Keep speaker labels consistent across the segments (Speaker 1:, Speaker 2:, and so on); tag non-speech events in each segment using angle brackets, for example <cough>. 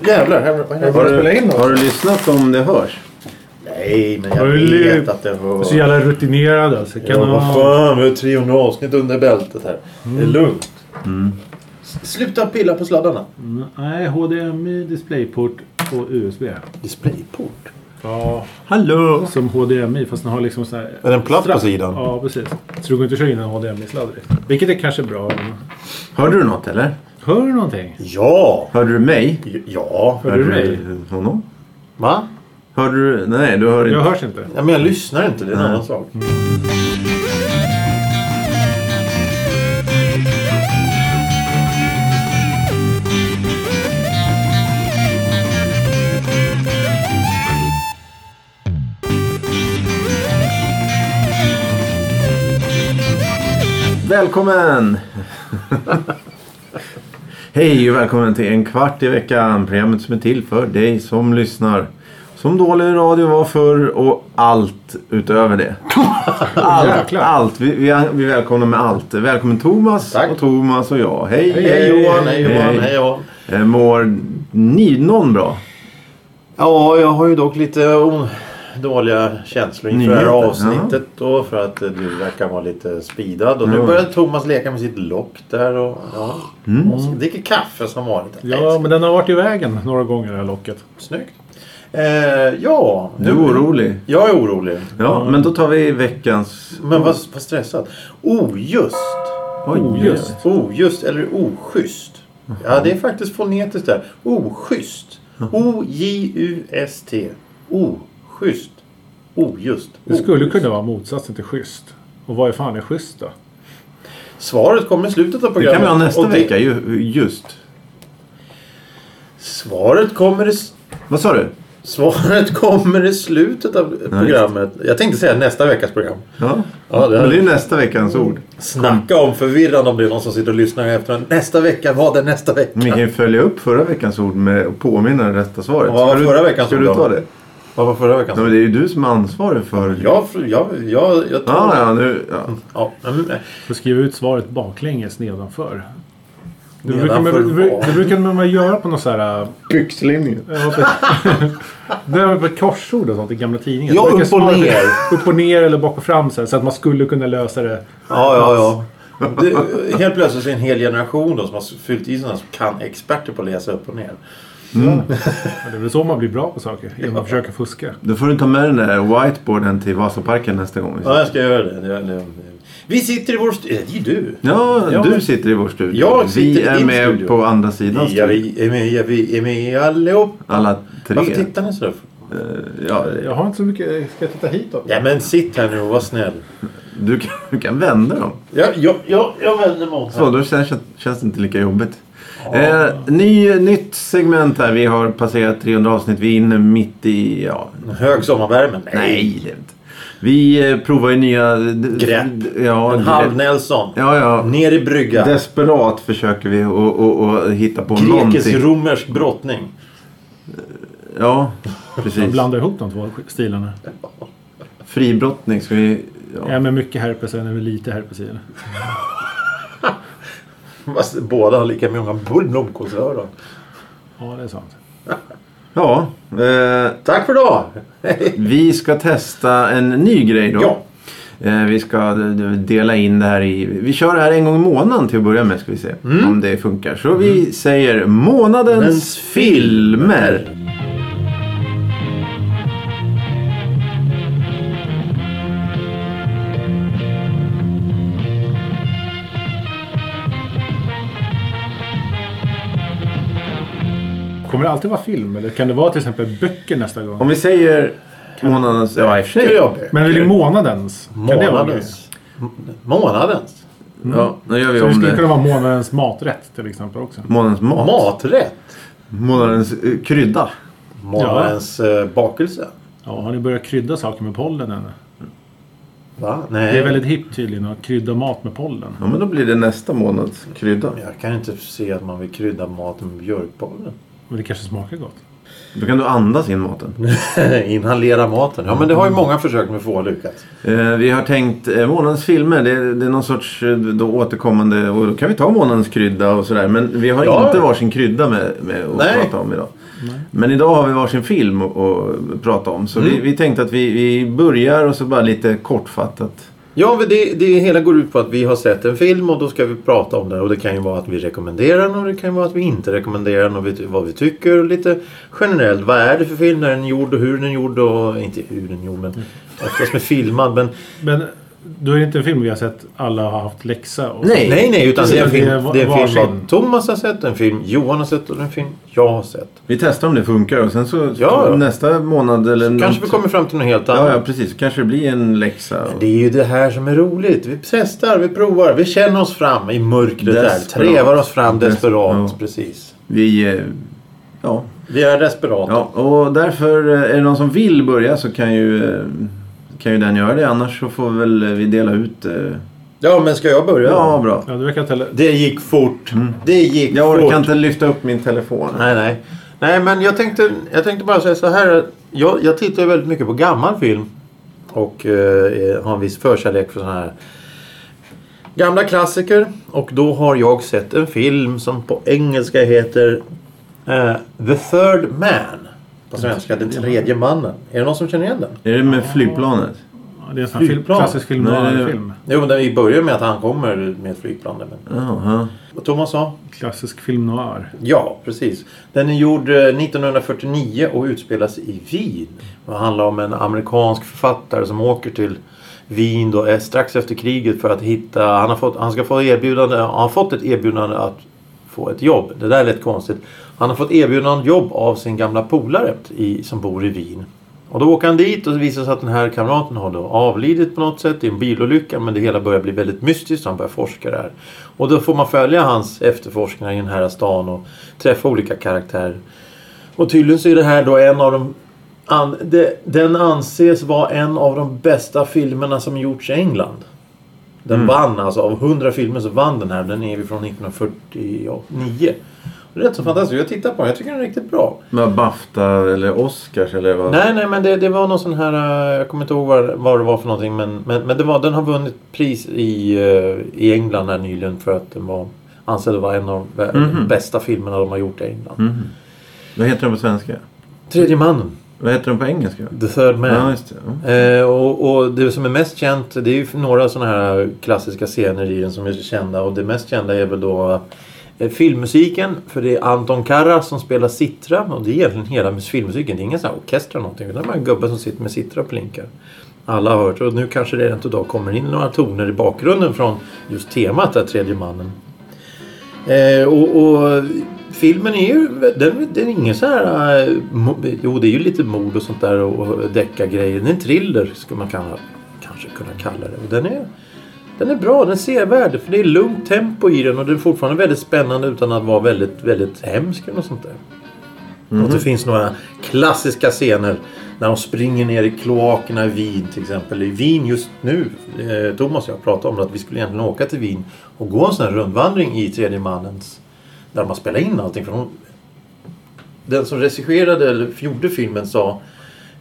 Speaker 1: Jävlar, här var här
Speaker 2: Har
Speaker 1: var det...
Speaker 2: du, har du lyssnat om det hörs?
Speaker 1: Nej, men jag
Speaker 3: Har du
Speaker 1: vet
Speaker 3: lyft?
Speaker 1: att det
Speaker 3: Du
Speaker 1: var...
Speaker 3: är så jävla rutinerad alltså. Kan
Speaker 1: Ja, vad
Speaker 3: ha-
Speaker 1: fan, vi har 300 avsnitt under bältet här.
Speaker 3: Mm.
Speaker 1: Det är lugnt. Mm. S- Sluta pilla på sladdarna.
Speaker 3: Mm, Nej, HDMI, DisplayPort och USB.
Speaker 1: Displayport?
Speaker 3: Ja.
Speaker 4: Hallå!
Speaker 3: Som HDMI fast den har liksom så här...
Speaker 4: Är den platt på
Speaker 3: strapp.
Speaker 4: sidan?
Speaker 3: Ja, precis. Så du går inte att köra in en HDMI-sladd direkt. Vilket är kanske bra. men-
Speaker 2: Hörde du något eller?
Speaker 3: Hör du någonting?
Speaker 1: Ja.
Speaker 2: Hörde du mig?
Speaker 1: J- Ja.
Speaker 3: Hör du mig?
Speaker 2: honom?
Speaker 1: Va?
Speaker 2: Hörde du? Nej, du hör inte.
Speaker 3: Jag hörs inte.
Speaker 1: Ja, men jag lyssnar inte. Det är en annan sak.
Speaker 2: Välkommen! Hej och välkommen till en kvart i veckan. Programmet som är till för dig som lyssnar. Som dålig radio var förr och allt utöver det. Allt,
Speaker 3: Jäklar.
Speaker 2: allt. Vi, vi, vi välkomnar med allt. Välkommen Thomas
Speaker 1: Tack.
Speaker 2: och Thomas och jag. Hej,
Speaker 1: Hej, hej Johan. Hej
Speaker 2: hej.
Speaker 1: Johan. Hej Johan.
Speaker 2: Eh, Mår ni någon bra?
Speaker 1: Ja, jag har ju dock lite on- dåliga känslor inför det här
Speaker 2: Nyheter,
Speaker 1: avsnittet då för att eh, du verkar vara lite speedad. Och nu
Speaker 2: Ja.
Speaker 1: börjar Thomas leka med sitt lock där och ja.
Speaker 2: Mm.
Speaker 1: Och så dricker kaffe som vanligt.
Speaker 3: Ja, men den har varit i vägen några gånger det här locket.
Speaker 1: Snyggt. Eh, ja.
Speaker 2: Du är orolig.
Speaker 1: Jag är orolig.
Speaker 2: Ja, men då tar vi veckans...
Speaker 1: Men vad, vad stressad. Ojust.
Speaker 2: Oj,
Speaker 3: Ojust.
Speaker 1: Ojust eller oschysst. Ja, det är faktiskt fonetiskt där. Oschysst. O-J-U-S-T. Oschysst. Ojust.
Speaker 3: Det skulle
Speaker 1: Oschysst.
Speaker 3: kunna vara motsatsen till schysst. Och vad är fan är schysst då?
Speaker 1: Svaret kommer i slutet av
Speaker 2: Det kan
Speaker 1: programmet.
Speaker 2: vi ha nästa
Speaker 1: Och det-
Speaker 2: vecka. Ju, just.
Speaker 1: Svaret kommer i... s-
Speaker 2: Vad sa du?
Speaker 1: Svaret <laughs> kommer i slutet av programmet. Jag tänkte säga nästa veckas program.
Speaker 2: Ja.
Speaker 1: Ja, det
Speaker 2: Men det
Speaker 1: här,
Speaker 2: är nästa veckans ord.
Speaker 1: snacka om förvirrande om det är någon som sitter och lyssnar efter Nästa vecka, vad är nästa vecka?
Speaker 2: Men Vi kan ju följa upp förra veckans ord med att påminna det rätta svaret.
Speaker 1: Vad var
Speaker 2: Ska du-
Speaker 1: förra veckans
Speaker 2: ska
Speaker 1: ord
Speaker 2: du
Speaker 1: då?
Speaker 2: ta det?
Speaker 1: Vad var förra veckans?
Speaker 2: Ja, men det är ju du som är ansvarig för...
Speaker 1: Jag, jag, jag, jag tar
Speaker 2: Ah, Ja,
Speaker 1: det.
Speaker 2: ja, nu, ja.
Speaker 1: Ja, men,
Speaker 3: Får skriva ut svaret baklänges nedanför. Det brukar, man,
Speaker 1: Nedanför vad?
Speaker 3: det brukar man göra på något så här... äh,
Speaker 2: Byxlinjen.
Speaker 3: Ja, precis. <laughs> Det är väl korsord och sånt i gamla tidningar.
Speaker 1: Ja,
Speaker 3: Det brukar
Speaker 1: upp och
Speaker 3: svara-
Speaker 1: ner.
Speaker 3: <laughs> Upp och ner eller bak och fram så, här, så att man skulle kunna lösa det.
Speaker 1: ja, ja, ja. Det, helt plötsligt så är en hel generation då, som har fyllt i sådana som kan experter på att läsa upp och ner. Mm.
Speaker 3: Men Det är väl så man blir bra på saker. Genom att försöka fuska.
Speaker 2: Då får du ta med den där whiteboarden till Vasaparken nästa gång.
Speaker 1: Ja, jag ska göra det. Jag- jag- Vi sitter i vår studio. Det är ju du.
Speaker 2: Ja,
Speaker 1: Ja,
Speaker 2: du
Speaker 1: men-
Speaker 2: sitter i vår studio.
Speaker 1: Jag
Speaker 2: vi
Speaker 1: sitter i
Speaker 2: är
Speaker 1: din
Speaker 2: med
Speaker 1: studio.
Speaker 2: på andra sidan
Speaker 1: Ja,
Speaker 2: studion.
Speaker 1: vi är med, ja, vi är med allihop.
Speaker 2: Alla tre.
Speaker 1: Varför tittar ni sådär?
Speaker 2: Eh, Ja,
Speaker 3: Jag har inte så mycket... Ska jag titta hitåt?
Speaker 1: Ja, men sitt här nu och var snäll.
Speaker 2: du, kan, du kan vända dem.
Speaker 1: Ja, ja, ja, jag vänder mig om.
Speaker 2: Så, då känns, känns det inte lika jobbigt. Eh, ny, nytt segment här. Vi har passerat 300 avsnitt. Vi är inne mitt i... Ja,
Speaker 1: Hög sommarvärme?
Speaker 2: nej, det är inte. Vi eh, provar ju nya... d-
Speaker 1: Grepp.
Speaker 2: d- Ja,
Speaker 1: En
Speaker 2: grepp.
Speaker 1: halv Nelson.
Speaker 2: Ja, ja.
Speaker 1: Ner i brygga.
Speaker 2: Desperat försöker vi att- att att hitta på någonting.
Speaker 1: Grekisk-romersk brottning.
Speaker 2: Ja,
Speaker 3: Jag
Speaker 2: precis.
Speaker 3: blandar ihop de två stilarna.
Speaker 2: Fribrottning ska vi... Ja.
Speaker 3: En med mycket herpes och en med lite herpes i.
Speaker 1: Fast Båda har lika många bull- blomkålsöron.
Speaker 3: Ja, det är sant.
Speaker 2: ja eh,
Speaker 1: Tack för idag!
Speaker 2: vi ska testa en ny grej då.
Speaker 1: Ja.
Speaker 2: Eh, Vi ska d- d- dela in det här i... Vi kör det här en gång i månaden till att börja med ska vi se om det funkar. Så vi säger Mm. månadens
Speaker 1: Dens
Speaker 2: filmer.
Speaker 3: Kommer det alltid vara film? Eller kan det vara till exempel böcker nästa gång?
Speaker 2: Om vi säger månadens... Ja, i och för sig.
Speaker 3: Men är det månadens? Kan det vara det?
Speaker 1: Månadens. M- Månadens?
Speaker 2: Ja, nu gör vi
Speaker 3: Så det
Speaker 2: om
Speaker 3: skulle kunna
Speaker 2: det.
Speaker 3: vara månadens maträtt till exempel också.
Speaker 2: Månadens mat.
Speaker 1: Maträtt?
Speaker 2: Månadens eh, krydda.
Speaker 1: Månadens eh, bakelse?
Speaker 3: Ja, har ni börjat krydda saker med pollen än?
Speaker 1: Va? Nej.
Speaker 3: Det är väldigt hippt tydligen att krydda mat med pollen.
Speaker 2: Ja, men då blir det nästa månads krydda.
Speaker 1: Jag kan inte se att man vill krydda maten med björkpollen.
Speaker 3: Men det kanske smakar gott.
Speaker 2: Då kan du andas in maten.
Speaker 1: <laughs> Inhalera maten. Ja, men det har ju många försök med få lyckats.
Speaker 2: Eh, vi har tänkt eh, månadens filmer. Det, det är någon sorts eh, då återkommande. Och då kan vi ta månadens krydda och sådär. Men vi har
Speaker 1: Ja.
Speaker 2: inte varsin krydda med, med att
Speaker 1: Nej.
Speaker 2: prata om idag. Men idag har vi varsin film att, att prata om. Så
Speaker 1: Mm.
Speaker 2: vi, vi tänkte att vi, vi börjar och så bara lite kortfattat.
Speaker 1: Ja, men det, det hela går ut på att vi har sett en film och då ska vi prata om den. Och det kan ju vara att vi rekommenderar den och det kan ju vara att vi inte rekommenderar den och vi, vad vi tycker. Och lite generellt, vad är det för film? När den är gjord och hur den är gjord och... Inte hur den är gjord, men oftast med filmad. Men
Speaker 3: Men då är det inte en film vi har sett alla har haft läxa. Och
Speaker 2: Nej.
Speaker 1: nej, nej, utan det är en
Speaker 3: Precis,
Speaker 1: film,
Speaker 3: det är
Speaker 1: det är en film
Speaker 3: varsin.
Speaker 1: vad Thomas har sett, en film Johan har sett och en film jag har sett.
Speaker 2: Vi testar om det funkar och sen så
Speaker 1: Ja, ja.
Speaker 2: nästa månad eller
Speaker 1: Kanske vi kommer fram till något helt annat.
Speaker 2: Ja, ja, precis. Kanske det blir en läxa.
Speaker 1: Det är ju det här som är roligt. Vi testar, vi provar, vi känner oss fram i mörkret
Speaker 2: Desperat.
Speaker 1: där. Trevar oss fram desperat.
Speaker 2: Desperat.
Speaker 1: Precis.
Speaker 2: Vi... eh, Ja.
Speaker 1: Vi är desperata.
Speaker 2: ja. Och därför, eh, är det någon som vill börja så kan ju, eh, kan ju den göra det. Annars så får väl eh, vi dela ut... eh,
Speaker 1: Ja, men ska jag börja?
Speaker 2: Ja, bra.
Speaker 3: Ja, det verkar inte heller...
Speaker 1: Det gick fort. Det gick
Speaker 2: Jag
Speaker 1: fort.
Speaker 2: orkar inte lyfta upp min telefon.
Speaker 1: Nej, nej. Nej, men jag tänkte, jag tänkte bara säga så här. Jag, jag tittar ju väldigt mycket på gammal film. Och eh, har en viss förkärlek för sådana här gamla klassiker. Och då har jag sett en film som på engelska heter eh, The Third Man. På svenska Den tredje mannen. Är det någon som känner igen den?
Speaker 2: Är det med flygplanet?
Speaker 3: Det är en sån här film,
Speaker 1: Flygplan.
Speaker 3: klassisk film.
Speaker 2: Nej, nej, nej.
Speaker 3: film.
Speaker 1: Jo, men den- vi börjar med att han kommer med ett flygplan. där, Men...
Speaker 2: Jaha.
Speaker 1: Vad Thomas sa?
Speaker 3: Klassisk film noir.
Speaker 1: Ja, precis. Den är gjord eh, 1949 och utspelas i Wien. Det handlar om en amerikansk författare som åker till Wien då, eh, strax efter kriget för att hitta... Han, har fått, han ska få erbjudande, han har fått ett erbjudande att få ett jobb. Det där lät konstigt. Han har fått erbjudande om jobb av sin gamla polare i, som bor i Wien. Och då åker han dit och det visar sig att den här kamraten har då avlidit på något sätt i en bilolycka men det hela börjar bli väldigt mystiskt så han börjar forska där. Och då får man följa hans efterforskningar i den här stan och träffa olika karaktärer. Och tydligen så är det här då en av de... An, det, den anses vara en av de bästa filmerna som gjorts i England. Den vann alltså, av 100 filmer så vann den här. Den är ju från 1949. Och det är rätt så fantastiskt. Jag tittar på den, jag tycker den är riktigt bra.
Speaker 2: Med Bafta eller Oscars eller vad?
Speaker 1: Nej, nej, men det, det var någon sån här... eh, Jag kommer inte ihåg vad, vad det var för någonting. Men, men, men det var, den har vunnit pris i, eh, i England här nyligen för att den var ansedd vara en av de
Speaker 2: Mhm.
Speaker 1: bästa filmerna de har gjort i England.
Speaker 2: Mhm. Vad heter den på svenska?
Speaker 1: Tredje mannen,
Speaker 2: Vad heter den på engelska?
Speaker 1: The Third Man.
Speaker 2: Ja, just det. Ja.
Speaker 1: Eh, och, och det som är mest känt, det är ju några sådana här klassiska scener i den som är kända. Och det mest kända är väl då eh, filmmusiken. För det är Anton Karas som spelar Citra. Och det är egentligen hela filmmusiken. Det är ingen sån här orkester eller någonting. Utan det är bara en gubbe som sitter med Citra och blinkar. Alla har hört. Och nu kanske det rent idag kommer in några toner i bakgrunden från just temat där, tredje mannen. Eh, och, och filmen är ju... Den, den är ingen så här... eh, mo- Jo, det är ju lite mord och sånt där och, och deckargrejer. Det är en thriller skulle man kalla, kanske kunna kalla det. Och den är... Den är bra, den är sevärd. För det är lugnt tempo i den och den är fortfarande väldigt spännande utan att vara väldigt, väldigt hemsk eller något sånt där. Och det finns några klassiska scener när de springer ner i kloakerna i Wien till exempel. I Wien just nu, eh, Thomas och jag pratade om att vi skulle egentligen åka till Wien och gå en sån här rundvandring i tredje mannens. Där man spelar in allting. För hon, den som regisserade eller gjorde filmen sa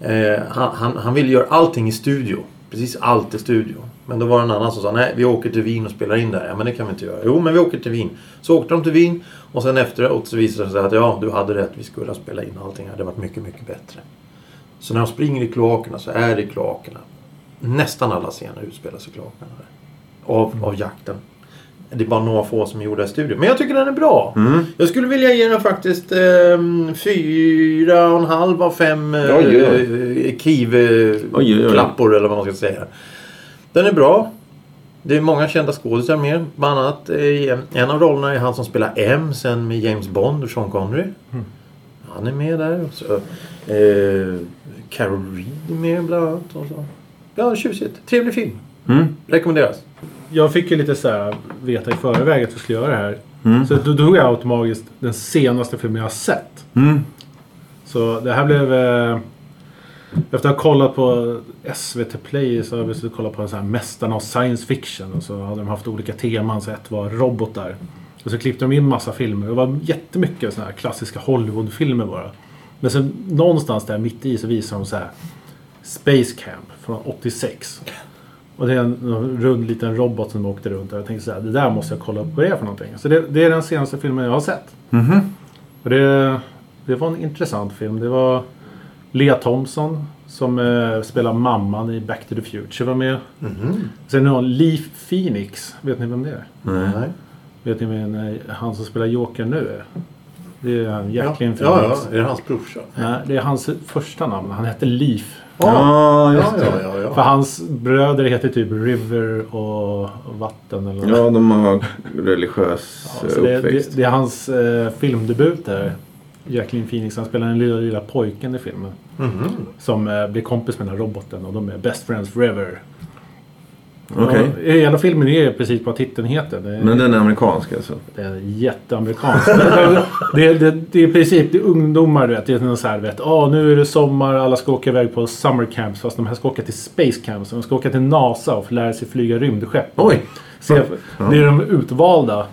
Speaker 1: eh, han, han, han ville göra allting i studio. Precis allt i studio. Men då var det en annan som sa nej vi åker till Wien och spelar in där. Ja men det kan vi inte göra. Jo men vi åker till Wien. Så åkte de till Wien och sen efteråt så visade det sig att ja du hade rätt. Vi skulle ha spelat in allting. Det hade varit mycket mycket bättre. Så när de springer i kloakerna så är det i kloakerna. Nästan alla scener utspelas i kloakerna. Där. Av,
Speaker 2: Mm.
Speaker 1: av jakten. Det är bara några få som är gjorda i studion. Men jag tycker den är bra.
Speaker 2: Mm.
Speaker 1: Jag skulle vilja ge den faktiskt ehm, fyra och en halv av fem eh,
Speaker 2: Oj, oj, oj.
Speaker 1: eh,
Speaker 2: Oj, oj, oj.
Speaker 1: Kiev-klappor eller vad man ska säga. Den är bra. Det är många kända skådisar med. Bland annat eh, en- en av rollerna är han som spelar M sen med James Bond och Sean Connery.
Speaker 2: Mm.
Speaker 1: Han är med där. Och så, eh, Carol Reed är med bland annat. Och så. Ja, tjusigt. Trevlig film.
Speaker 2: Mm.
Speaker 1: Rekommenderas.
Speaker 3: Jag fick ju lite så här veta i förväg att vi skulle göra det här. Så då tog jag automatiskt den senaste filmen jag har sett.
Speaker 2: Mm.
Speaker 3: Så det här blev... Eh, efter att ha kollat på SVT Play så har jag beslutat kolla på en sån här Mästarna av science fiction. Och så hade de haft olika teman. Så ett var robotar. Och så klippte de in massa filmer. Det var jättemycket såna här klassiska Hollywoodfilmer bara. Men sen någonstans där mitt i så visar de så här Space Camp från 86. Och det är en rund liten robot som åkte runt och jag tänkte så här, det där måste jag kolla upp vad det är för någonting. Så det, det är den senaste filmen jag har sett. Och det, det var en intressant film. Det var Lea Thompson som eh, spelar mamman i Back to the Future var med.
Speaker 1: Mhm.
Speaker 3: Sen har Leaf Phoenix. Vet ni vem det är?
Speaker 1: Nej.
Speaker 3: Vet ni vem eh, han som spelar Joker nu är? Det är han,
Speaker 1: Ja,
Speaker 3: Jacqueline
Speaker 1: ja,
Speaker 3: Phoenix.
Speaker 1: ja, är det hans brorsa?
Speaker 3: Nej, det är hans första namn. Han hette Leaf.
Speaker 2: Ja, just
Speaker 1: ja,
Speaker 2: det.
Speaker 1: ja, ja, ja.
Speaker 3: För hans bröder heter typ River och Vatten eller något.
Speaker 2: Ja, de har religiös
Speaker 3: Ja,
Speaker 2: eh,
Speaker 3: så Alltså, det, det,
Speaker 2: uppväxt.
Speaker 3: det är hans eh, filmdebut där. Jacqueline Phoenix. Han spelar den lilla, lilla pojken i filmen.
Speaker 2: Mhm.
Speaker 3: Som eh, blir kompis med den här roboten och de är best friends forever.
Speaker 2: Okej.
Speaker 3: Och Hela filmen är precis vad titeln heter. Det är,
Speaker 2: Men den är amerikansk alltså?
Speaker 3: det är jätteamerikanskt. <laughs> det, det, det är i princip det är ungdomar du vet. Det är någon så här, vet, ah nu är det sommar, alla ska åka iväg på summer camps. Fast de här ska åka till space camps. De ska åka till NASA och få lära sig flyga rymdskepp.
Speaker 1: Oj!
Speaker 3: Se, det är de utvalda.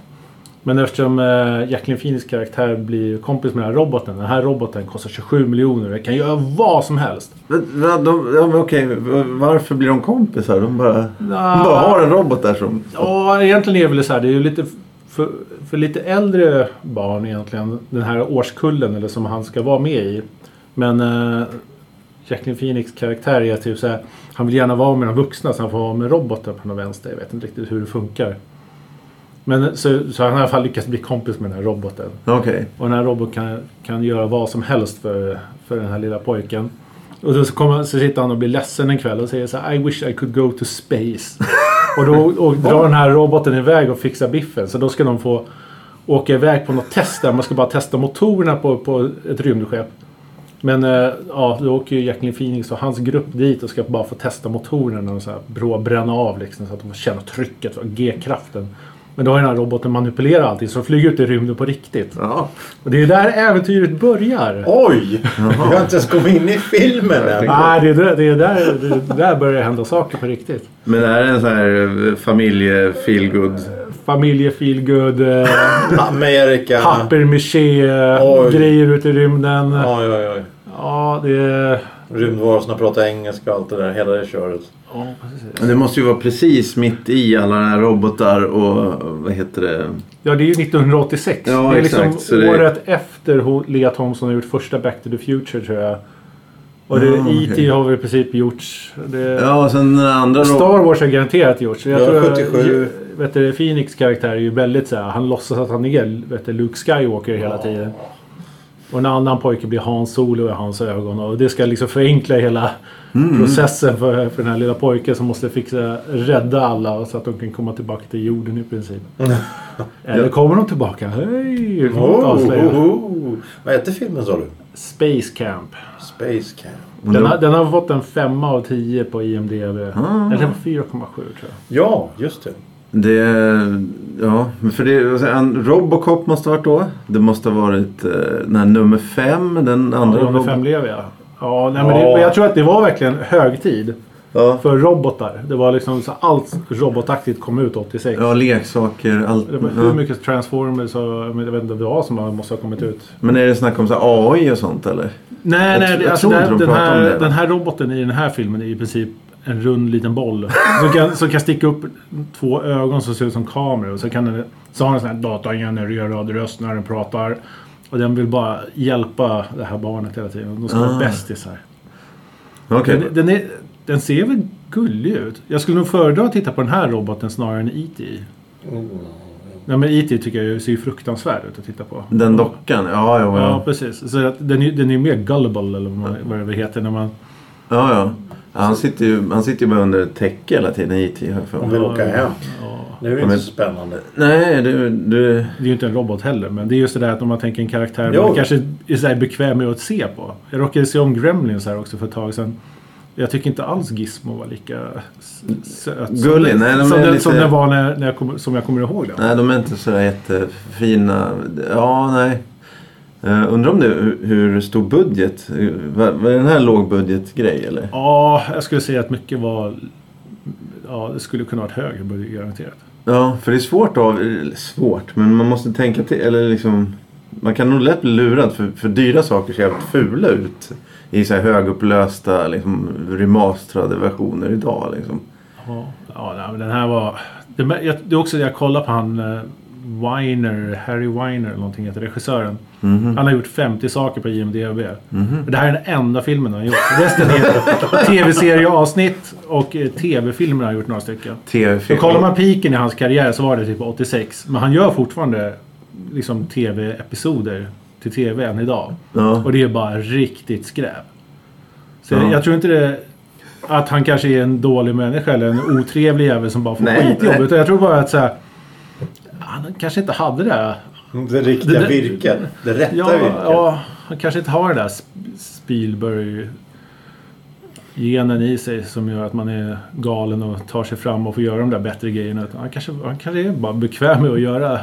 Speaker 3: Men eftersom eh, Jacqueline Phoenix karaktär blir kompis med den här roboten. Den här roboten kostar 27 miljoner. Den kan göra vad som helst.
Speaker 2: Men, va- de- ja, men Okej, va- varför blir de kompisar? De bara, de bara har en robot där som...
Speaker 3: Ja, egentligen är det väl så här. Det är ju lite för, för lite äldre barn egentligen. Den här årskullen eller som han ska vara med i. Men eh, Jacqueline Phoenix karaktär är typ så här. Han vill gärna vara med de vuxna så han får vara med roboten på den vänster. Jag vet inte riktigt hur det funkar. Men så, så han har i alla fall lyckats bli kompis med den här roboten.
Speaker 2: Okej.
Speaker 3: Och den här roboten kan, kan göra vad som helst för, för den här lilla pojken. Och då så, kommer, så sitter han och blir ledsen en kväll och säger så här I wish I could go to space. och då och drar den här roboten iväg och fixar biffen. Så då ska de få åka iväg på något test där man ska bara testa motorerna på, på ett rymdskepp. Men eh, ja, då åker ju Jacqueline Phoenix och hans grupp dit och ska bara få testa motorerna och så här brå- bränna av liksom så att de får känna trycket och G-kraften. Men då har den här roboten manipulerat allting så de flyger ut i rymden på riktigt.
Speaker 2: Ja.
Speaker 3: Och det är där äventyret börjar.
Speaker 2: <laughs>
Speaker 1: Oj! Vi har inte ens kommit in i filmen än.
Speaker 3: Nej, det är där, det är där, det är där börjar hända saker på riktigt.
Speaker 2: Men är det en sån här eh, familje feelgood
Speaker 3: Familjefeelgood, eh,
Speaker 2: <laughs>
Speaker 1: Amerika.
Speaker 3: papper maché,
Speaker 1: Oj.
Speaker 3: eh, grejer ute i rymden. Ja,
Speaker 1: Oj, oj, oj.
Speaker 3: det är...
Speaker 1: Rymdvarelserna pratar engelska och allt det där. Hela det köret.
Speaker 3: Ja, precis.
Speaker 2: Det måste ju vara precis mitt i alla de här robotar och vad heter det?
Speaker 3: Ja, det är ju 1986.
Speaker 2: Ja,
Speaker 3: det är liksom
Speaker 2: exakt, så det är-
Speaker 3: året efter ho- Lea Thompson har gjort första Back to the Future tror jag. Och det,
Speaker 2: Ja,
Speaker 3: E.T.
Speaker 2: Ah, okej.
Speaker 3: har väl i princip gjorts. Det,
Speaker 2: Ja, och sen den andra roboten.
Speaker 3: Star Wars har garanterat gjort. Så jag
Speaker 1: Ja,
Speaker 3: tror
Speaker 1: 77.
Speaker 3: Jag, vet du, Phoenix karaktär är ju väldigt så här. Han låtsas att han är vet du, Luke Skywalker hela tiden. Och en annan pojke blir Hans Solo i hans ögon. Och det ska liksom förenkla hela Mm. processen för, för den här lilla pojken som måste fixa rädda alla så att de kan komma tillbaka till jorden i <laughs> princip. Eller kommer de tillbaka? Hej! det kan man inte avslöja.
Speaker 1: Oh, Vad hette filmen sa du?
Speaker 3: Space Camp.
Speaker 1: Space Camp.
Speaker 3: Den har, den har fått en femma av 10 på IMDB. Eller 4,7 tror jag.
Speaker 1: Ja, just det.
Speaker 2: Det, ja, men för det, vad säger han, Robocop måste ha varit då. Det måste ha varit eh, den här nummer fem. Den andra
Speaker 3: Andra
Speaker 2: rob-
Speaker 3: fem lever jag. Ja, nej, men
Speaker 1: Ja.
Speaker 3: det, men jag tror att det var verkligen högtid
Speaker 2: Ja.
Speaker 3: för robotar. Det var liksom så allt robotaktigt kom ut 86.
Speaker 2: ja, leksaker. Allt,
Speaker 3: Det var hur
Speaker 2: ja.
Speaker 3: mycket Transformers och jag vet inte vad det var som måste ha kommit ut.
Speaker 2: Men är det snack om så här AI och sånt eller?
Speaker 3: Nej,
Speaker 2: Jag
Speaker 3: nej.
Speaker 2: tr-
Speaker 3: det-
Speaker 2: jag
Speaker 3: alltså,
Speaker 2: tror
Speaker 3: den,
Speaker 2: inte de
Speaker 3: den,
Speaker 2: pratar om det, va?
Speaker 3: här, den här roboten i den här filmen är i princip en rund liten <laughs> boll. som, kan, som kan sticka upp två ögon som ser ut som kameror. Och så, kan den, så har den sån här datagenererad röst när den pratar. Och den vill bara hjälpa det här barnet hela tiden. De ska vara
Speaker 2: Ah.
Speaker 3: bästisar.
Speaker 2: Okej.
Speaker 3: Den, den, är, den ser väl gullig ut? Jag skulle nog föredra att titta på den här roboten snarare än E.T. Nej men E.T. tycker jag ju ser ju fruktansvärd ut att titta på.
Speaker 2: Den dockan? Ja, ja,
Speaker 3: Ja
Speaker 2: ja.
Speaker 3: precis. Så att den, är- den är mer gullible eller vad man- vad det heter. När man,
Speaker 2: ja, ja. ja han, sitter ju, han sitter ju bara under ett täcke hela tiden, IT. har jag för
Speaker 1: Om
Speaker 2: mig.
Speaker 1: vi åka hem.
Speaker 3: ja,
Speaker 1: Det är ju
Speaker 2: men-
Speaker 1: inte så spännande.
Speaker 2: Nej, du... du
Speaker 3: det är ju inte en robot heller. Men det är just det där att om man tänker en karaktär
Speaker 1: Jo.
Speaker 3: man kanske är så här bekväm med att se på. Jag råkade se om Gremlins här också för ett tag sedan. Jag tycker inte alls Gizmo var lika s- söt
Speaker 2: Gullig,
Speaker 3: som,
Speaker 2: nej, de
Speaker 3: den, som,
Speaker 2: är
Speaker 3: den,
Speaker 2: lite-
Speaker 3: som den var när, när jag kom, som jag kommer ihåg den.
Speaker 2: nej, de är inte så där jättefina. Ja, nej. Eh, undrar om det hur- hur stor budget? eh, Var, var det den här lågbudgetgrej eller?
Speaker 3: Ja, jag skulle säga att mycket var... Ja, det skulle kunna varit högre budget garanterat.
Speaker 2: Ja, för det är svårt av... eller Svårt, men man måste tänka till. Eller liksom... man kan nog lätt bli lurad för, för dyra saker ser jävligt fula ut. I så här högupplösta, liksom, remasterade versioner idag. Liksom.
Speaker 3: Ja, ja nej, men den här var... Det, men jag, det är också, jag kollade på han eh, Weiner, Harry Weiner eller någonting heter regissören. Han har gjort 50 saker på IMDB. Det här är den enda filmen han har gjort. Resten är tv-serieavsnitt och eh, tv-filmer har han gjort några stycken. Så
Speaker 2: Tv-film.
Speaker 3: kollar man piken i hans karriär så var det typ 86. Men han gör fortfarande liksom tv-episoder till tv än idag.
Speaker 2: Ja.
Speaker 3: Och det är bara riktigt skräp. Så
Speaker 2: Ja.
Speaker 3: jag tror inte det... Att han kanske är en dålig människa eller en otrevlig jävel som bara får
Speaker 2: Nej,
Speaker 3: skit i jobbet.
Speaker 2: nej.
Speaker 3: Utan Jag tror bara att så här, Han kanske inte hade det där.
Speaker 1: Det
Speaker 3: Det-
Speaker 1: riktiga
Speaker 3: det-
Speaker 1: virket. Det rätta
Speaker 3: Ja,
Speaker 1: virket.
Speaker 3: ja, han kanske inte har det där Sp- Spielberg-genen i sig som gör att man är galen och tar sig fram och får göra de där bättre grejerna. Utan Han kanske, han kanske är bara bekväm med att göra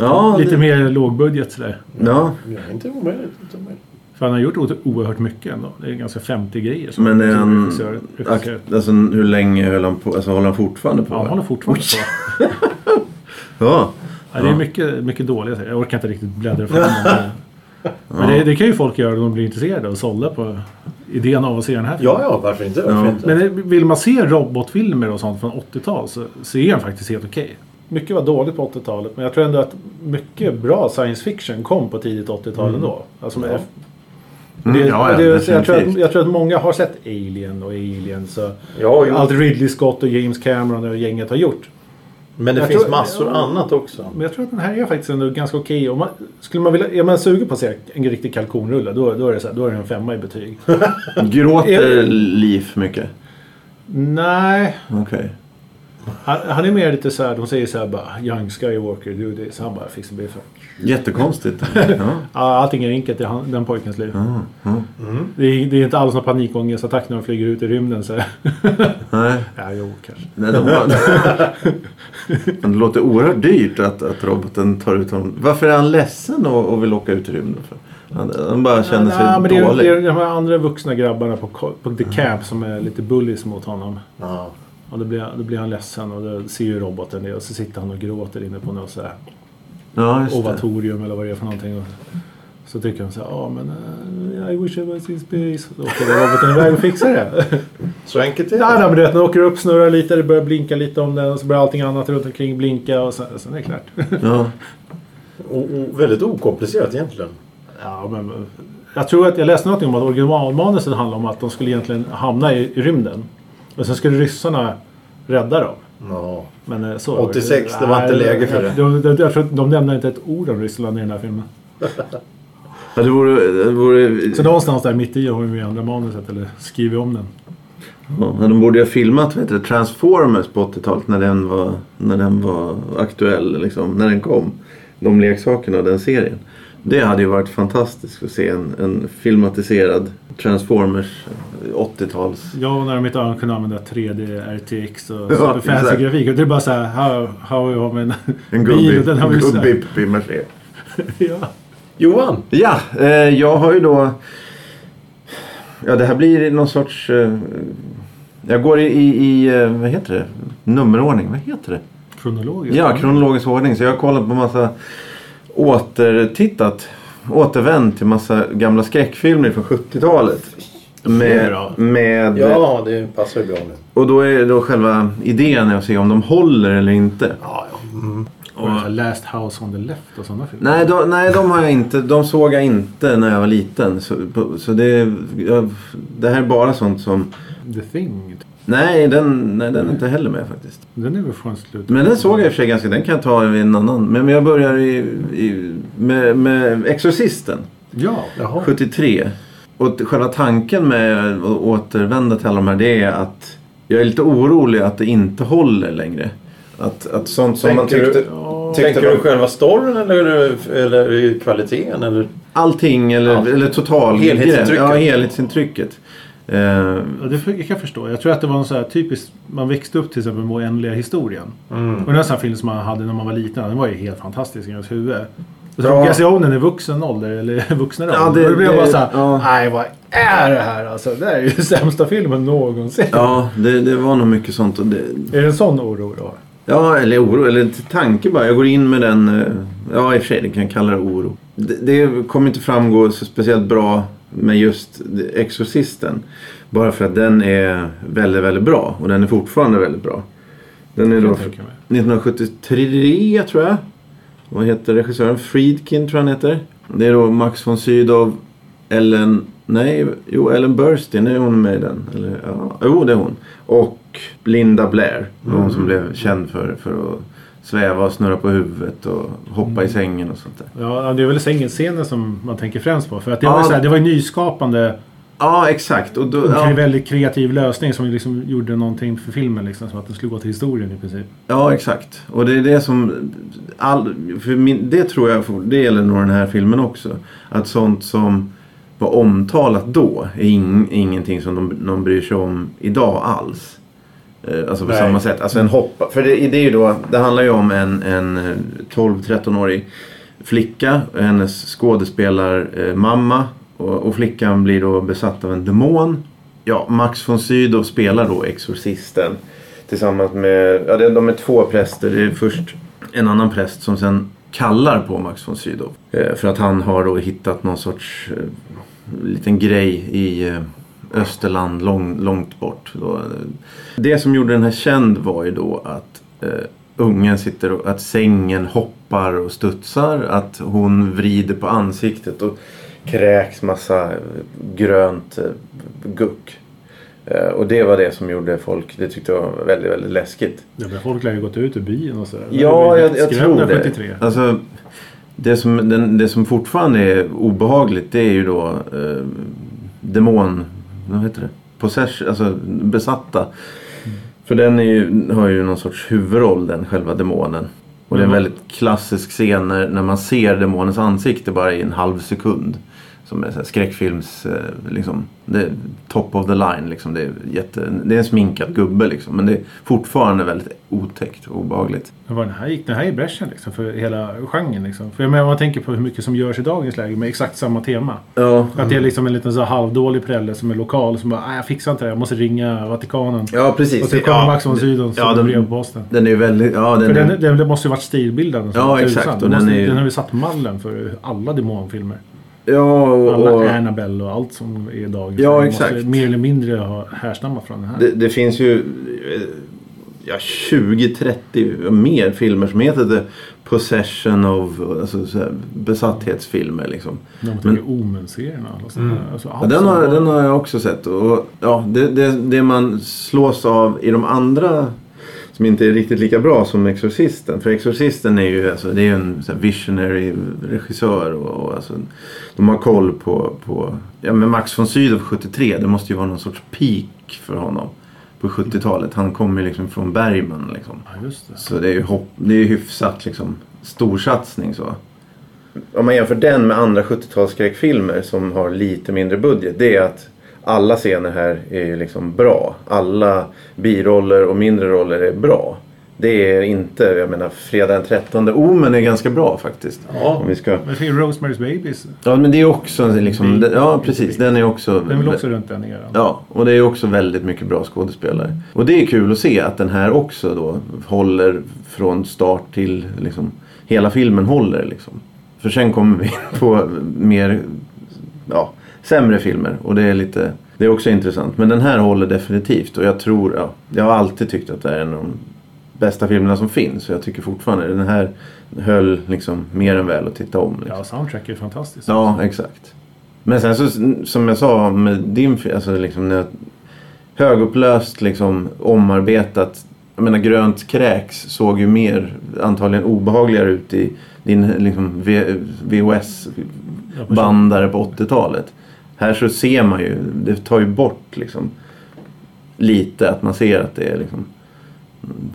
Speaker 2: Ja,
Speaker 3: lite
Speaker 2: det-
Speaker 3: mer lågbudget sådär.
Speaker 2: Ja,
Speaker 1: Det är inte omöjligt. inte omöjligt.
Speaker 3: För han har gjort o- oerhört mycket ändå. Det är ganska 50 grejer. som
Speaker 2: men är han...
Speaker 3: regissör- regissör.
Speaker 2: Ak- alltså, hur länge höll han på? Alltså, håller han fortfarande på?
Speaker 3: Ja, han håller fortfarande på.
Speaker 2: Ja.
Speaker 3: Ja, det är mycket, mycket dåliga serier. Jag orkar inte riktigt bläddra fram dem. Men-
Speaker 2: <laughs>
Speaker 3: Men det, det kan ju folk göra om de blir intresserade och sålda på idén av att se den här filmen.
Speaker 1: Ja, ja, varför inte? Varför
Speaker 2: Ja.
Speaker 1: inte?
Speaker 3: Men det- vill man se robotfilmer och sånt från 80-tal så, så är den faktiskt helt okej. Mycket var dåligt på 80-talet men jag tror ändå att mycket bra science fiction kom på tidigt 80-tal ändå. Alltså med F-
Speaker 2: Mm,
Speaker 3: det,
Speaker 2: ja, ja,
Speaker 3: det, jag, tror att,
Speaker 2: definitivt.
Speaker 3: jag tror att många har sett Alien och Aliens och
Speaker 1: Ja, jo.
Speaker 3: allt Ridley Scott och James Cameron och gänget har gjort.
Speaker 1: Men det
Speaker 3: Jag
Speaker 1: finns
Speaker 3: tror-
Speaker 1: massor annat också.
Speaker 3: Men jag tror att den här är faktiskt ändå ganska okej. Om man, skulle man vilja, är man sugen på att se en riktig kalkonrulle då, då, är det så här, då är det en femma i <laughs> betyg.
Speaker 2: Gråter Liv mycket?
Speaker 3: Nej,
Speaker 2: Okej.
Speaker 3: han, han är mer lite så här, de säger så här bara Young Skywalker, du det. Så han bara fixar biffen. <laughs>
Speaker 2: Jättekonstigt. Ja.
Speaker 3: Ja, allting är enkelt i han, den pojkens liv. mm. Det, är, det är inte alls någon panikångestattack när de flyger ut i rymden. Så. här.
Speaker 2: Nej.
Speaker 3: <laughs> ja, jo, kanske.
Speaker 2: Nej,
Speaker 3: <laughs>
Speaker 2: de var... Men det låter oerhört dyrt att, att roboten tar ut honom. Varför är han ledsen och, och vill åka ut i rymden? För? Han, han bara känner sig
Speaker 3: Ja, men det, är,
Speaker 2: dålig.
Speaker 3: det är de här andra vuxna grabbarna på, ko- på The Camp som är lite bullies mot honom.
Speaker 1: Ja.
Speaker 3: Och då blir, då blir han ledsen och då ser ju roboten det och så sitter han och gråter inne på något så här
Speaker 2: Ja, just det.
Speaker 3: ovatorium eller vad det är för någonting. Och så tycker han så här, ja men eh, I wish I was in space. Då åker den roboten iväg och fixar <laughs> det.
Speaker 1: Så enkelt är
Speaker 3: nej,
Speaker 1: det.
Speaker 3: nej, men du vet, den åker upp, snurrar lite, det börjar blinka lite om den och så börjar allting annat runt omkring blinka och sen, sen är det klart. <laughs>
Speaker 2: Ja.
Speaker 1: Och, och väldigt okomplicerat egentligen.
Speaker 3: ja, men, eh, jag tror att jag läste någonting om att originalmanuset handlade om att de skulle egentligen hamna i, i rymden. Och sen skulle ryssarna rädda dem.
Speaker 1: Ja.
Speaker 3: Men eh, så
Speaker 1: 86, det var inte läge för det.
Speaker 3: De, de, jag tror att de nämner inte ett ord om Ryssland i den här filmen.
Speaker 2: Ja, det vore... Det vore
Speaker 3: Så någonstans där mitt i har vi ju ändrat manuset eller skrivit om den.
Speaker 2: ja, men de borde ju ha filmat vad heter det, Transformers på 80-talet när den var, när den var aktuell. Liksom, när den kom. De leksakerna och den serien. Det hade ju varit fantastiskt att se en, en filmatiserad Transformers 80-tals...
Speaker 3: Jag och när de inte har kunnat använda 3D, RTX och
Speaker 2: Ja,
Speaker 3: superfancy
Speaker 2: exakt.
Speaker 3: grafik. Och det är bara så här, här har vi har vi en, <laughs>
Speaker 2: En
Speaker 3: bil
Speaker 2: gubbe
Speaker 3: och den har vi så här-
Speaker 2: gubbe i Mercedes.
Speaker 3: ja.
Speaker 1: Johan!
Speaker 2: Ja, eh, jag har ju då... Ja, det här blir någon sorts... Eh, jag går i, i, i... eh, Vad heter det? Nummerordning. Vad heter det?
Speaker 3: Kronologiskt.
Speaker 2: Ja, kronologisk ordning. Så jag har kollat på massa återtittat. Återvänt till massa gamla skräckfilmer från 70-talet.
Speaker 3: Det är
Speaker 2: Med,
Speaker 3: bra.
Speaker 2: med...
Speaker 1: Ja, det passar ju bra nu.
Speaker 2: Och då är då själva idén att se om de håller eller inte.
Speaker 1: Ja, ja.
Speaker 3: Och den här Last House on the Left och sådana filmer.
Speaker 2: Nej, de, nej, de har jag inte. De såg jag inte när jag var liten. Så, på- så det, jag, det här är bara sånt som...
Speaker 3: The Thing.
Speaker 2: Nej, den, nej, den är inte heller med faktiskt.
Speaker 3: Den är väl från slutet.
Speaker 2: Men den såg jag i och för sig ganska. Den kan jag ta i en annan. Men jag börjar i, i, med, med Exorcisten.
Speaker 3: Ja.
Speaker 1: Jaha.
Speaker 2: 73. Och t- själva tanken med att återvända till alla de här det är att jag är lite orolig att det inte håller längre. Att, att sånt som man
Speaker 1: Tänker du-
Speaker 2: tyckte...
Speaker 3: ja.
Speaker 2: Tyckte
Speaker 1: Tänker du
Speaker 2: man-
Speaker 1: själva storyn eller, eller kvaliteten? Eller?
Speaker 2: Allting eller,
Speaker 1: Allt.
Speaker 2: eller total...
Speaker 1: Helhetsintrycket.
Speaker 2: Ja, helhetsintrycket. Eh,
Speaker 3: Ja, det för- jag kan förstå. Jag tror att det var en så här typisk... Man växte upp till exempel med oändliga historien.
Speaker 2: Mm.
Speaker 3: Och den här sån här film som man hade när man var liten, den var ju helt fantastisk i ens huvud. Och så
Speaker 2: Ja.
Speaker 3: fick jag se om den i vuxen ålder, eller <laughs> vuxen ålder.
Speaker 2: Ja,
Speaker 3: Ja,
Speaker 2: det-
Speaker 3: det, då blev jag
Speaker 2: det-
Speaker 3: bara såhär,
Speaker 2: ja.
Speaker 3: nej vad är det här alltså? Det här är ju <laughs> sämsta filmen någonsin.
Speaker 2: ja, det, det var nog mycket sånt. Och det,
Speaker 3: Är det en sån oro du har?
Speaker 2: Ja, eller oro. Eller t- tanke bara. Jag går in med den... eh, Ja, i och för sig, det kan kalla det oro. Det, det kommer inte framgå så speciellt bra med just Exorcisten. Bara för att den är väldigt, väldigt bra. Och den är fortfarande väldigt bra. Den är
Speaker 3: kan
Speaker 2: då
Speaker 3: jag
Speaker 2: från
Speaker 3: tänka mig.
Speaker 2: 1973, tror jag. Vad heter regissören? Friedkin, tror jag han heter. Det är då Max von Sydow, Ellen... Nej, jo, Ellen Burstyn, är hon med i den? Eller, ja. Jo, det är hon. Och Linda Blair. Det var Hon som blev känd för, för att sväva och snurra på huvudet och hoppa i sängen och sånt där.
Speaker 3: Ja, det är väl sängelscenen som man tänker främst på. För att det, var
Speaker 2: Ja.
Speaker 3: ju så här, det var ju nyskapande.
Speaker 2: Ja, exakt. Och då,
Speaker 3: Det var
Speaker 2: ja,
Speaker 3: en väldigt kreativ lösning som liksom gjorde någonting för filmen. Liksom, som att den skulle gå till historien i princip.
Speaker 2: Ja, exakt. Och det är det som... All, för min, det tror jag, för- det gäller nog den här filmen också. Att sånt som var omtalat då är ing, ingenting som de, någon bryr sig om idag alls. Eh, Alltså på
Speaker 1: Nej.
Speaker 2: samma sätt. Alltså en hoppa. För det, det är ju då, det handlar ju om en, en eh, 12-13-årig flicka, hennes skådespelarmamma och, och flickan blir då besatt av en demon. Ja, Max von Sydow spelar då Exorcisten tillsammans med, ja det- de är två präster. Det är först en annan präst som sen kallar på Max von Sydow. Eh, För att han har då hittat någon sorts eh, liten grej i eh, Österland lång, långt bort. Då, eh. Det som gjorde den här känd var ju då att eh, ungen sitter och att sängen hoppar och studsar. Att hon vrider på ansiktet och kräks massa eh, grönt eh, guck. Eh, Och det var det som gjorde folk, det tyckte jag var väldigt, väldigt läskigt.
Speaker 3: Ja, men folk lär ju gått ut ur byn och sådär.
Speaker 2: Ja,
Speaker 3: Det
Speaker 2: jag,
Speaker 3: blev
Speaker 2: jag
Speaker 3: skrämda
Speaker 2: tror det.
Speaker 3: 73.
Speaker 2: Alltså, det, som, den, det som fortfarande är obehagligt det är ju då eh, demon... Vad heter det? Possess, alltså besatta. För den är ju, har ju någon sorts huvudroll den själva demonen. Och det är en
Speaker 3: Mm.
Speaker 2: väldigt klassisk scen när, när man ser demonens ansikte bara i en halv sekund. Som är så här skräckfilms... eh, Liksom, det är top of the line. Liksom, det, är jätte, det är en sminkad gubbe liksom. Men det är fortfarande väldigt otäckt och obehagligt.
Speaker 3: Men vad den här gick den här i bräschen liksom, för hela genren. Liksom. För jag menar, om man tänker på hur mycket som görs i dagens läge med exakt samma tema.
Speaker 2: Ja,
Speaker 3: Att det är liksom en liten så här halvdålig prälle som är lokal som bara "Nej, jag fixar inte det, jag måste ringa Vatikanen.
Speaker 2: ja precis.
Speaker 3: och sen kommer
Speaker 2: ja,
Speaker 3: Max von Sydow som
Speaker 2: ja, den-
Speaker 3: brev på posten.
Speaker 2: Den är ju väldigt... Ja, den,
Speaker 3: För
Speaker 2: är,
Speaker 3: den, den, den måste ju varit stilbildande. som
Speaker 2: Ja,
Speaker 3: tusan.
Speaker 2: exakt,
Speaker 3: Den,
Speaker 2: och den
Speaker 3: måste,
Speaker 2: är ju-
Speaker 3: den har ju satt mallen för alla demonfilmer.
Speaker 2: ja,
Speaker 3: Alla
Speaker 2: och, och,
Speaker 3: Annabelle och allt som är i dagens
Speaker 2: Ja,
Speaker 3: läge
Speaker 2: exakt.
Speaker 3: Måste mer eller mindre ha härstammat från den här.
Speaker 2: det, det finns ju eh, ja, 20-30 mer filmer som heter The Possession of... Alltså så här, besatthetsfilmer liksom.
Speaker 3: När man tänker Omen-serierna. och alla sånt där. Alltså,
Speaker 2: Ja,
Speaker 3: allt
Speaker 2: den,
Speaker 3: som
Speaker 2: har,
Speaker 3: var-
Speaker 2: den har jag också sett. Och, ja, det, det, det man slås av i de andra som inte är riktigt lika bra som Exorcisten. För Exorcisten är ju alltså, det är ju en så här, visionary regissör. Och, och, alltså, de har koll på, på ja, men Max von Sydow 73. Det måste ju vara någon sorts peak för honom på 70-talet. Han kommer ju liksom från Bergman. Liksom.
Speaker 3: Ja, just det.
Speaker 2: Så det är ju hopp, det är ju hyfsat liksom, storsatsning så. Om man jämför den med andra 70-talsskräckfilmer som har lite mindre budget. Det är att alla scener här är ju liksom bra. Alla biroller och mindre roller är bra. Det är inte, jag menar Fredag den 13 Omen är ganska bra faktiskt.
Speaker 1: Ja.
Speaker 2: Om vi ska...
Speaker 3: Men det finns ju Rosemary's Babies.
Speaker 2: Ja men det är också en liksom, ja precis den är också...
Speaker 3: Den är väl också runt den eran?
Speaker 2: Ja, och det är också väldigt mycket bra skådespelare. Och det är kul att se att den här också då håller från start till liksom, hela filmen håller liksom. För sen kommer vi <laughs> in på mer, ja, sämre filmer och det är lite, det är också intressant. Men den här håller definitivt och jag tror, ja, jag har alltid tyckt att det är en av de bästa filmerna som finns och jag tycker fortfarande den här höll liksom mer än väl att titta om. Liksom.
Speaker 3: Ja, soundtrack är fantastiskt.
Speaker 2: Ja, exakt. Men sen så, som jag sa med din fi- alltså liksom när jag, högupplöst liksom omarbetat. Jag menar grönt kräks såg ju mer antagligen obehagligare ut i din liksom, v-
Speaker 3: Ja, på
Speaker 2: VHS-bandare på 80-talet. Här så ser man ju, det tar ju bort liksom lite att man ser att det är liksom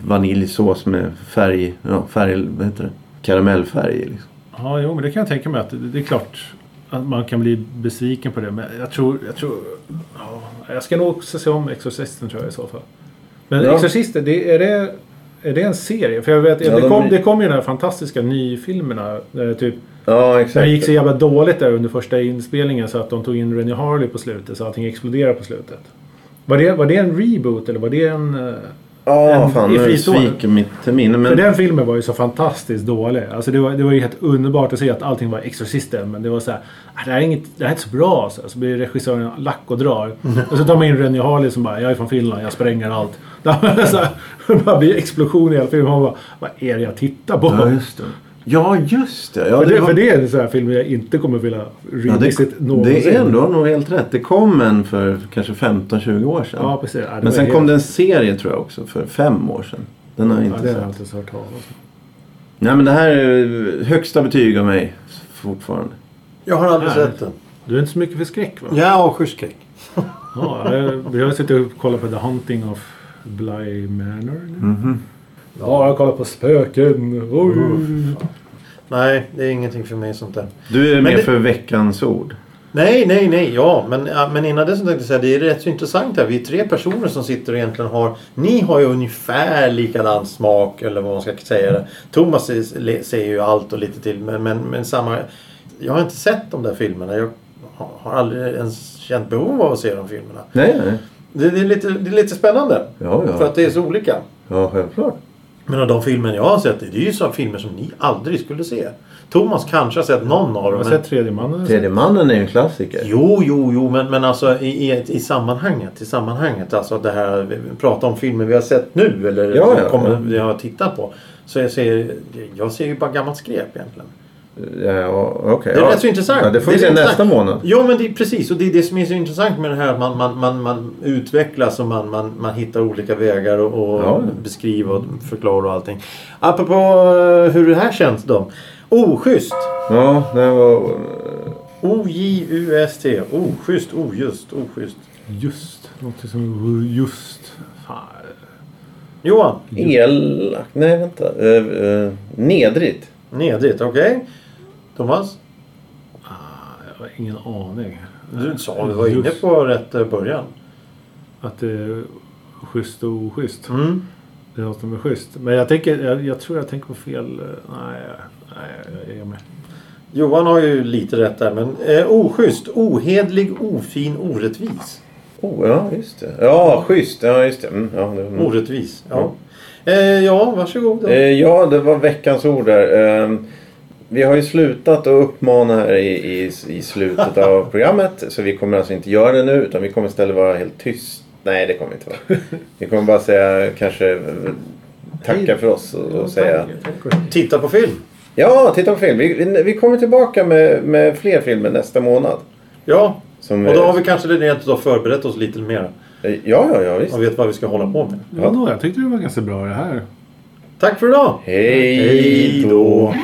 Speaker 2: vaniljsås med färg, ja färg, vad heter det? Karamellfärg liksom.
Speaker 3: Ja, jo, men det kan jag tänka mig att det, det är klart att man kan bli besviken på det. Men jag tror... Jag, tror, ja, jag ska nog också se om Exorcisten tror jag i så fall. Men
Speaker 2: Ja.
Speaker 3: Exorcisten, det, är, det, är det en serie? För jag vet,
Speaker 2: Ja,
Speaker 3: det,
Speaker 2: de-
Speaker 3: kom, det kom ju de här fantastiska nyfilmerna. eh, Typ,
Speaker 2: Ja, exakt.
Speaker 3: det gick så jävla dåligt där under första inspelningen så att de tog in Rennie Harley på slutet så allting exploderade på slutet. Var det, var det en reboot eller var det en... eh,
Speaker 2: Ja,
Speaker 3: En-
Speaker 2: fan
Speaker 3: i
Speaker 2: nu
Speaker 3: fristående.
Speaker 2: sviker mitt minne.
Speaker 3: För
Speaker 2: Men
Speaker 3: den filmen var ju så fantastiskt dålig. Alltså det, var, det var ju helt underbart att se att allting var Exorcisten. Men det var så här, "Ah, det här är, inget, det här är inte så bra. alltså." Så blir regissören lack och drar.
Speaker 2: Mm.
Speaker 3: Och så tar man in Rennie Harley som bara, jag är från Finland, jag spränger allt. <laughs> Det var så här, det bara blir explosion i hela filmen. Man bara, vad är det jag tittar på?
Speaker 2: Ja, just det. Ja, just det. Ja,
Speaker 3: för, det,
Speaker 2: var-
Speaker 3: för det är en sån här film jag inte kommer vilja
Speaker 2: Ja,
Speaker 3: remixit
Speaker 2: det,
Speaker 3: någonsin.
Speaker 2: det är ändå nog helt rätt. Det kom en för kanske 15-20 år sedan.
Speaker 3: Ja, precis. Ja, det var
Speaker 2: Men sen
Speaker 3: helt-
Speaker 2: kom det en serie tror jag också för fem år sedan. Den har jag
Speaker 3: Ja,
Speaker 2: inte
Speaker 3: det har jag
Speaker 2: sett.
Speaker 3: inte ens hört talas om.
Speaker 2: Nej men det här är högsta betyg av mig fortfarande.
Speaker 1: Jag har aldrig
Speaker 3: Nej.
Speaker 1: sett den.
Speaker 3: Du är inte så mycket för skräck va?
Speaker 1: Jag avskyr skräck.
Speaker 3: Ja, jag- vi har suttit och kollat på The Hunting of Bly Manor. nu.
Speaker 2: Mhm.
Speaker 3: Bara kolla på spöken. Oj.
Speaker 2: Mhm.
Speaker 1: Nej, det är ingenting för mig sånt där.
Speaker 2: Du är
Speaker 1: Men
Speaker 2: med
Speaker 1: det-
Speaker 2: för veckans ord.
Speaker 1: Nej, nej, nej, ja. Men, ja, men innan det så tänkte jag säga, det är rätt så intressant här. Vi är tre personer som sitter och egentligen har... Ni har ju ungefär likadan smak, eller vad man ska säga. Thomas är- le- säger ju allt och lite till, men, men, men samma... Jag har inte sett de där filmerna. Jag har- har aldrig ens känt behov av att se de filmerna.
Speaker 2: Nej, nej.
Speaker 1: Det, det, är, lite, det är lite spännande.
Speaker 2: Ja, ja.
Speaker 1: För att det är så olika.
Speaker 2: Ja, självklart.
Speaker 1: Men av de filmer jag har sett, det är ju så filmer som ni aldrig skulle se. Thomas kanske har sett någon av
Speaker 3: Har
Speaker 1: dem.
Speaker 3: du
Speaker 1: men-
Speaker 3: sett Tredje mannen?
Speaker 2: Tredje mannen är ju en klassiker.
Speaker 1: Jo, jo, jo, men, men alltså i, i, ett- i sammanhanget. I sammanhanget, alltså det här, vi pratar om filmer vi har sett nu eller
Speaker 2: Ja, ja,
Speaker 1: kommer,
Speaker 2: ja.
Speaker 1: vi har tittat på. Så jag ser, jag ser ju bara gammalt skräp egentligen.
Speaker 2: Ja, ja, okej.
Speaker 1: Det är
Speaker 2: ja.
Speaker 1: rätt så intressant.
Speaker 2: Ja, det får vi
Speaker 1: är
Speaker 2: se
Speaker 1: så
Speaker 2: nästa
Speaker 1: intressant.
Speaker 2: månad.
Speaker 1: Jo, men det är precis. Och det är det som är så intressant med det här. Man, man, man, man utvecklas och man, man, man hittar olika vägar och, och
Speaker 2: Ja.
Speaker 1: beskriva och förklara och allting. Apropå eh, hur det här känns då. Oschysst.
Speaker 2: Ja, det var...
Speaker 1: O-J-U-S-T. Oschysst, ojust, oschysst.
Speaker 3: Just. Något som... Just. Fan.
Speaker 1: Johan.
Speaker 2: Elakt? Nej, vänta. Uh, nedrigt.
Speaker 1: Nedrigt, okej. Thomas?
Speaker 3: Ah, Jag har ingen aning.
Speaker 1: Du sa vi var inne på rätt eh, början.
Speaker 3: Att det är schysst och oschysst.
Speaker 1: Mm.
Speaker 3: Det är något som är schysst. Men jag, tänker, jag, jag tror jag tänker på fel... eh, Nej, nej jag är med.
Speaker 1: Johan har ju lite rätt där men eh, oschysst, ohedlig, ofin, orättvis.
Speaker 2: Oh, ja, just det. Ja, schysst. Ja, just det. Mm, ja, det mm.
Speaker 1: Orättvis, ja. Eh, ja, varsågod.
Speaker 2: Eh, ja, det var veckans ord där. Eh, vi har ju slutat att uppmana här i, i, i
Speaker 1: <laughs>
Speaker 2: slutet av programmet. Så vi kommer alltså inte göra det nu. Utan vi kommer istället vara helt tyst. Nej, det kommer vi inte
Speaker 1: <laughs>
Speaker 2: vara. Vi kommer bara säga kanske eh, tacka för oss och, och säga
Speaker 1: Titta på film.
Speaker 2: ja, titta på film. Vi, vi- vi kommer tillbaka med, med fler filmer nästa månad.
Speaker 1: Ja,
Speaker 2: Som,
Speaker 1: och då
Speaker 2: eh,
Speaker 1: har vi kanske rent av förberett oss lite mer.
Speaker 2: eh, Ja, ja, ja, visst.
Speaker 1: Och vet vad vi ska hålla på med.
Speaker 3: Ja, då, jag tyckte det var ganska bra det här.
Speaker 1: Tack för idag!
Speaker 2: Hej då.